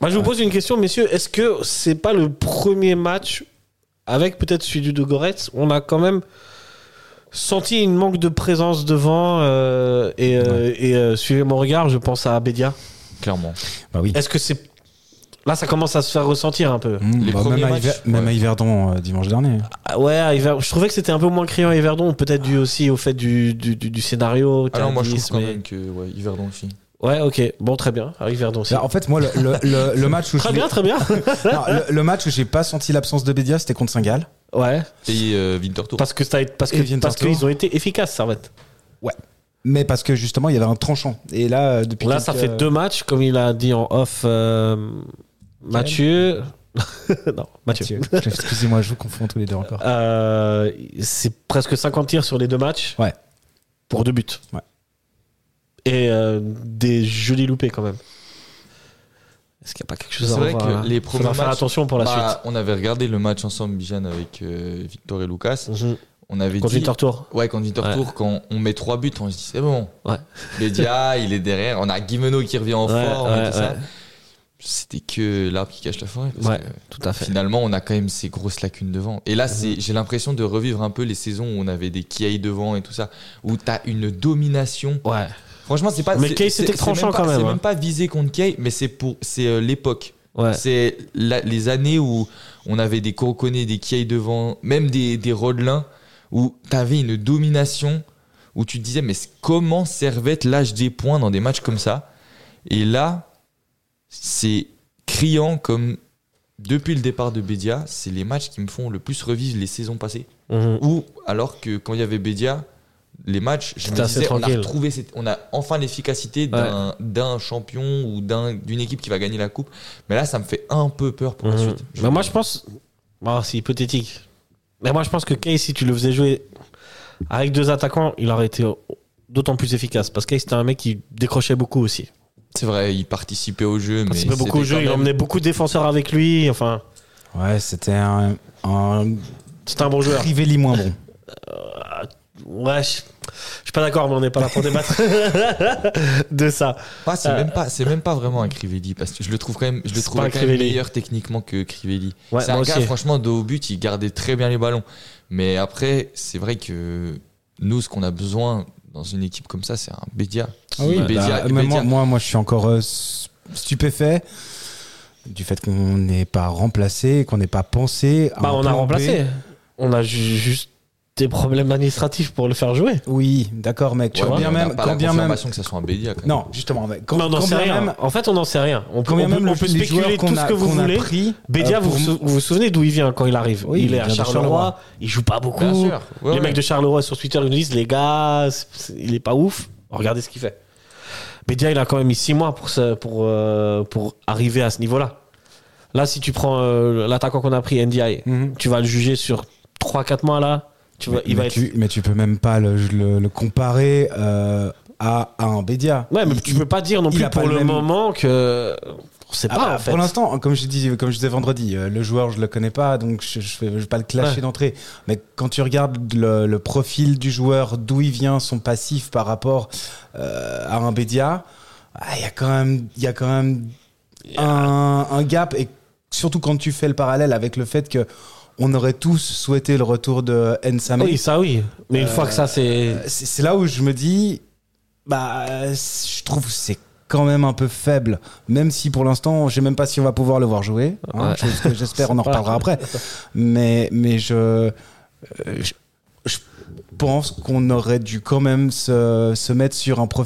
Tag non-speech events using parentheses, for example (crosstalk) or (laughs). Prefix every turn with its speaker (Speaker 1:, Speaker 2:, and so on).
Speaker 1: Moi, je vous pose une question, messieurs. Est-ce que c'est pas le premier match, avec peut-être celui de Goretz, on a quand même senti une manque de présence devant euh, et, euh, et, euh, suivez mon regard, je pense à Bédia.
Speaker 2: clairement.
Speaker 3: Bah oui.
Speaker 1: Est-ce que c'est. Là, ça commence à se faire ressentir un peu.
Speaker 3: Mmh,
Speaker 2: les
Speaker 3: bah,
Speaker 2: premiers
Speaker 3: même, à
Speaker 2: matchs,
Speaker 3: Hiver- même
Speaker 2: ouais.
Speaker 3: à Yverdon euh, dimanche dernier.
Speaker 1: Ah Ouais, à Hiver- je trouvais que c'était un peu moins criant à Yverdon, peut-être dû aussi au fait du, du, du- du scénario.
Speaker 2: Alors Ah moi je trouve
Speaker 1: Tardis,
Speaker 2: quand
Speaker 1: mais-
Speaker 2: même que ouais, Yverdon aussi.
Speaker 1: Ouais, ok, bon, très bien. À Yverdon aussi.
Speaker 3: Bah, en fait, moi, le, le- le-
Speaker 1: (laughs)
Speaker 3: le match où
Speaker 1: Très
Speaker 3: je-
Speaker 1: bien, très bien.
Speaker 3: Non, le, le match où j'ai pas senti l'absence de Bédia, c'était contre Saint-Gall.
Speaker 1: Ouais,
Speaker 2: Et euh, Winterthur.
Speaker 1: parce que ça a été- parce
Speaker 3: Et
Speaker 1: que
Speaker 3: Vienne
Speaker 1: parce
Speaker 3: Tartour.
Speaker 1: qu'ils ont été efficaces, Servette.
Speaker 3: Mais parce que justement, il y avait un tranchant. Et là, euh, depuis.
Speaker 1: Là,
Speaker 3: quelques-
Speaker 1: ça fait deux matchs, comme il a dit en off, euh, Mathieu. (laughs) non, Mathieu.
Speaker 3: Mathieu. Excusez-moi, je vous confonds tous les deux encore.
Speaker 1: Euh, c'est presque 50 tirs sur les deux matchs.
Speaker 3: Ouais.
Speaker 1: Pour deux buts.
Speaker 3: Ouais.
Speaker 1: Et euh, des jolis loupés quand même. Est-ce qu'il n'y a pas quelque chose à
Speaker 2: C'est vrai
Speaker 1: revoir,
Speaker 2: que
Speaker 1: là
Speaker 2: les
Speaker 1: Faudra
Speaker 2: premiers
Speaker 1: faire
Speaker 2: matchs,
Speaker 1: attention pour la
Speaker 2: Bah, On avait regardé le match ensemble, Bijan, avec euh, Victor et Lucas.
Speaker 1: suite. Mhm.
Speaker 2: On avait
Speaker 1: Contre
Speaker 2: dit...
Speaker 1: Victor Tour.
Speaker 2: Ouais, quand Winterthur, quand on met trois buts, on se dit c'est bon.
Speaker 1: Ouais.
Speaker 2: Bédia, il est derrière. On a Guimeno qui revient en
Speaker 1: Ouais,
Speaker 2: forme et
Speaker 1: ouais,
Speaker 2: tout ça. C'était que l'arbre qui cache la forêt. parce
Speaker 1: Ouais,
Speaker 2: que
Speaker 1: tout à fait.
Speaker 2: Finalement, on a quand même ces grosses lacunes devant. Et là, c'est, j'ai l'impression de revivre un peu les saisons où on avait des Kiai devant et tout ça, où t'as une domination.
Speaker 1: Ouais.
Speaker 2: Franchement, c'est pas.
Speaker 1: Mais
Speaker 2: c'est-
Speaker 1: Kay,
Speaker 2: c'est-
Speaker 1: c'était
Speaker 2: c'est
Speaker 1: tranchant
Speaker 2: pas-
Speaker 1: quand même,
Speaker 2: C'est
Speaker 1: hein.
Speaker 2: même pas visé contre Kiai, mais c'est pour, c'est euh, l'époque.
Speaker 1: Ouais.
Speaker 2: C'est la- les années où on avait des Corconets, des Kiai devant, même des, des Rodelins, où t'avais une domination, où tu te disais, mais c- comment Servette lâche des points dans des matchs comme ça Et là, c'est criant comme depuis le départ de Bédia, c'est les matchs qui me font le plus revivre les saisons passées.
Speaker 1: Mhm.
Speaker 2: Ou alors que quand il y avait Bédia, les matchs, je me
Speaker 1: C'était assez
Speaker 2: disais, on a,
Speaker 1: tranquille.
Speaker 2: retrouvé cette- on a enfin l'efficacité d'un d'un champion ou d'un- d'une équipe qui va gagner la coupe. Mais là, ça me fait un peu peur pour la
Speaker 1: Mhm.
Speaker 2: suite.
Speaker 1: Mais moi, je pense. Bon, c'est hypothétique. Mais moi, je pense que Kay, si tu le faisais jouer avec deux attaquants, il aurait été d'autant plus efficace. Parce que Kay, c'était un mec qui décrochait beaucoup aussi.
Speaker 2: C'est vrai, il participait au jeu.
Speaker 1: Il
Speaker 2: mais
Speaker 1: participait Ah, beaucoup au
Speaker 2: c'était
Speaker 1: jeu,
Speaker 2: quand
Speaker 1: il
Speaker 2: même-
Speaker 1: emmenait beaucoup de défenseurs avec lui. Enfin,
Speaker 3: Ouais, c'était un, un
Speaker 1: c'était un bon joueur.
Speaker 3: Crivelli moins bon.
Speaker 1: Ouais, je, je suis pas d'accord, mais on n'est pas là pour débattre (laughs) de ça.
Speaker 2: Pas, c'est
Speaker 1: Euh.
Speaker 2: même pas, c'est même pas vraiment un Crivelli parce que je le trouve quand même, je le
Speaker 1: C'est
Speaker 2: trouve
Speaker 1: pas un
Speaker 2: quand même
Speaker 1: Crivelli.
Speaker 2: meilleur techniquement que Crivelli.
Speaker 1: Ouais,
Speaker 2: c'est un
Speaker 1: moi
Speaker 2: gars,
Speaker 1: aussi.
Speaker 2: franchement, de haut but, il gardait très bien les ballons. Mais après, c'est vrai que nous, ce qu'on a besoin dans une équipe comme ça, c'est un Bédia. Qui-
Speaker 1: Ah
Speaker 3: Bah,
Speaker 2: Bédia,
Speaker 3: même
Speaker 2: Bédia-
Speaker 3: moi, moi, moi, je suis encore euh, s- stupéfait du fait qu'on n'est pas remplacé, qu'on n'ait pas pensé. à
Speaker 1: Bah,
Speaker 3: un
Speaker 1: on a
Speaker 3: plan B.
Speaker 1: remplacé. On a ju- juste des problèmes administratifs pour le faire jouer.
Speaker 3: Oui, d'accord, mec.
Speaker 2: Ouais,
Speaker 3: quand
Speaker 2: mais
Speaker 3: bien
Speaker 2: on n'a
Speaker 3: même,
Speaker 2: pas
Speaker 3: quand
Speaker 2: la
Speaker 3: bien même.
Speaker 2: confirmation que ça soit un Bédia. quand même.
Speaker 3: Non, justement, mec. Quand,
Speaker 1: Mais on n'en
Speaker 3: quand
Speaker 1: sait
Speaker 3: bien
Speaker 1: rien.
Speaker 3: même,
Speaker 1: en fait, on n'en sait rien. On peut,
Speaker 3: quand bien
Speaker 1: on peut-
Speaker 3: même
Speaker 1: on
Speaker 3: le-
Speaker 1: peut
Speaker 3: les joueurs
Speaker 1: spéculer
Speaker 3: qu'on
Speaker 1: tout ce
Speaker 3: a-
Speaker 1: que vous
Speaker 3: qu'on a
Speaker 1: voulez.
Speaker 3: pris.
Speaker 1: Bédia,
Speaker 3: euh,
Speaker 1: vous,
Speaker 3: pour-
Speaker 1: vous vous souvenez d'où il vient quand il arrive
Speaker 3: Oui,
Speaker 1: Il
Speaker 3: il
Speaker 1: est à
Speaker 3: vient de
Speaker 1: Charleroi,
Speaker 3: Charleroi.
Speaker 1: il joue pas beaucoup.
Speaker 2: Bien sûr.
Speaker 1: les
Speaker 2: Ouais, ouais.
Speaker 1: mecs de Charleroi sur Twitter ils nous disent les gars, c'est- c'est- il est pas ouf. Regardez ce qu'il fait. Bédia, il a quand même mis 6 mois pour, se- pour, euh, pour arriver à ce niveau-là. Là, si tu prends euh, l'attaquant qu'on a pris, NDI,
Speaker 3: Mhm.
Speaker 1: tu vas le juger sur 3-4 mois là. Tu vois,
Speaker 3: Mais,
Speaker 1: il va
Speaker 3: mais
Speaker 1: être.
Speaker 3: tu, mais tu peux même pas le, le- le comparer euh, à, à un Bédia.
Speaker 1: Ouais, mais
Speaker 3: Il-
Speaker 1: tu peux pas dire non
Speaker 3: il
Speaker 1: plus
Speaker 3: a pas
Speaker 1: pour
Speaker 3: le
Speaker 1: le,
Speaker 3: même-
Speaker 1: moment que. On sait
Speaker 3: Ah
Speaker 1: pas
Speaker 3: bah,
Speaker 1: en fait.
Speaker 3: Pour l'instant, comme je dis, comme je disais vendredi, euh, le joueur je le connais pas, donc je, je, vais- je vais pas le clasher
Speaker 1: Ouais.
Speaker 3: d'entrée. Mais quand tu regardes le, le profil du joueur, d'où il vient, son passif par rapport euh, à un Bédia, ah, il y a quand même, il y a quand même un, un gap et surtout quand tu fais le parallèle avec le fait que on aurait tous souhaité le retour de Nsame.
Speaker 1: Oui, ça oui. Mais une
Speaker 3: Euh,
Speaker 1: fois que ça c'est.
Speaker 3: C'est c'est là où je me dis, bah, je trouve que c'est quand même un peu faible, même si pour l'instant, je sais même pas si on va pouvoir le voir jouer. hein,
Speaker 1: Ouais.
Speaker 3: chose que j'espère, on
Speaker 1: (laughs)
Speaker 3: en
Speaker 1: C'est pas-
Speaker 3: reparlera après. Mais, mais je, euh, je, je pense qu'on aurait dû quand même se, se mettre sur un profil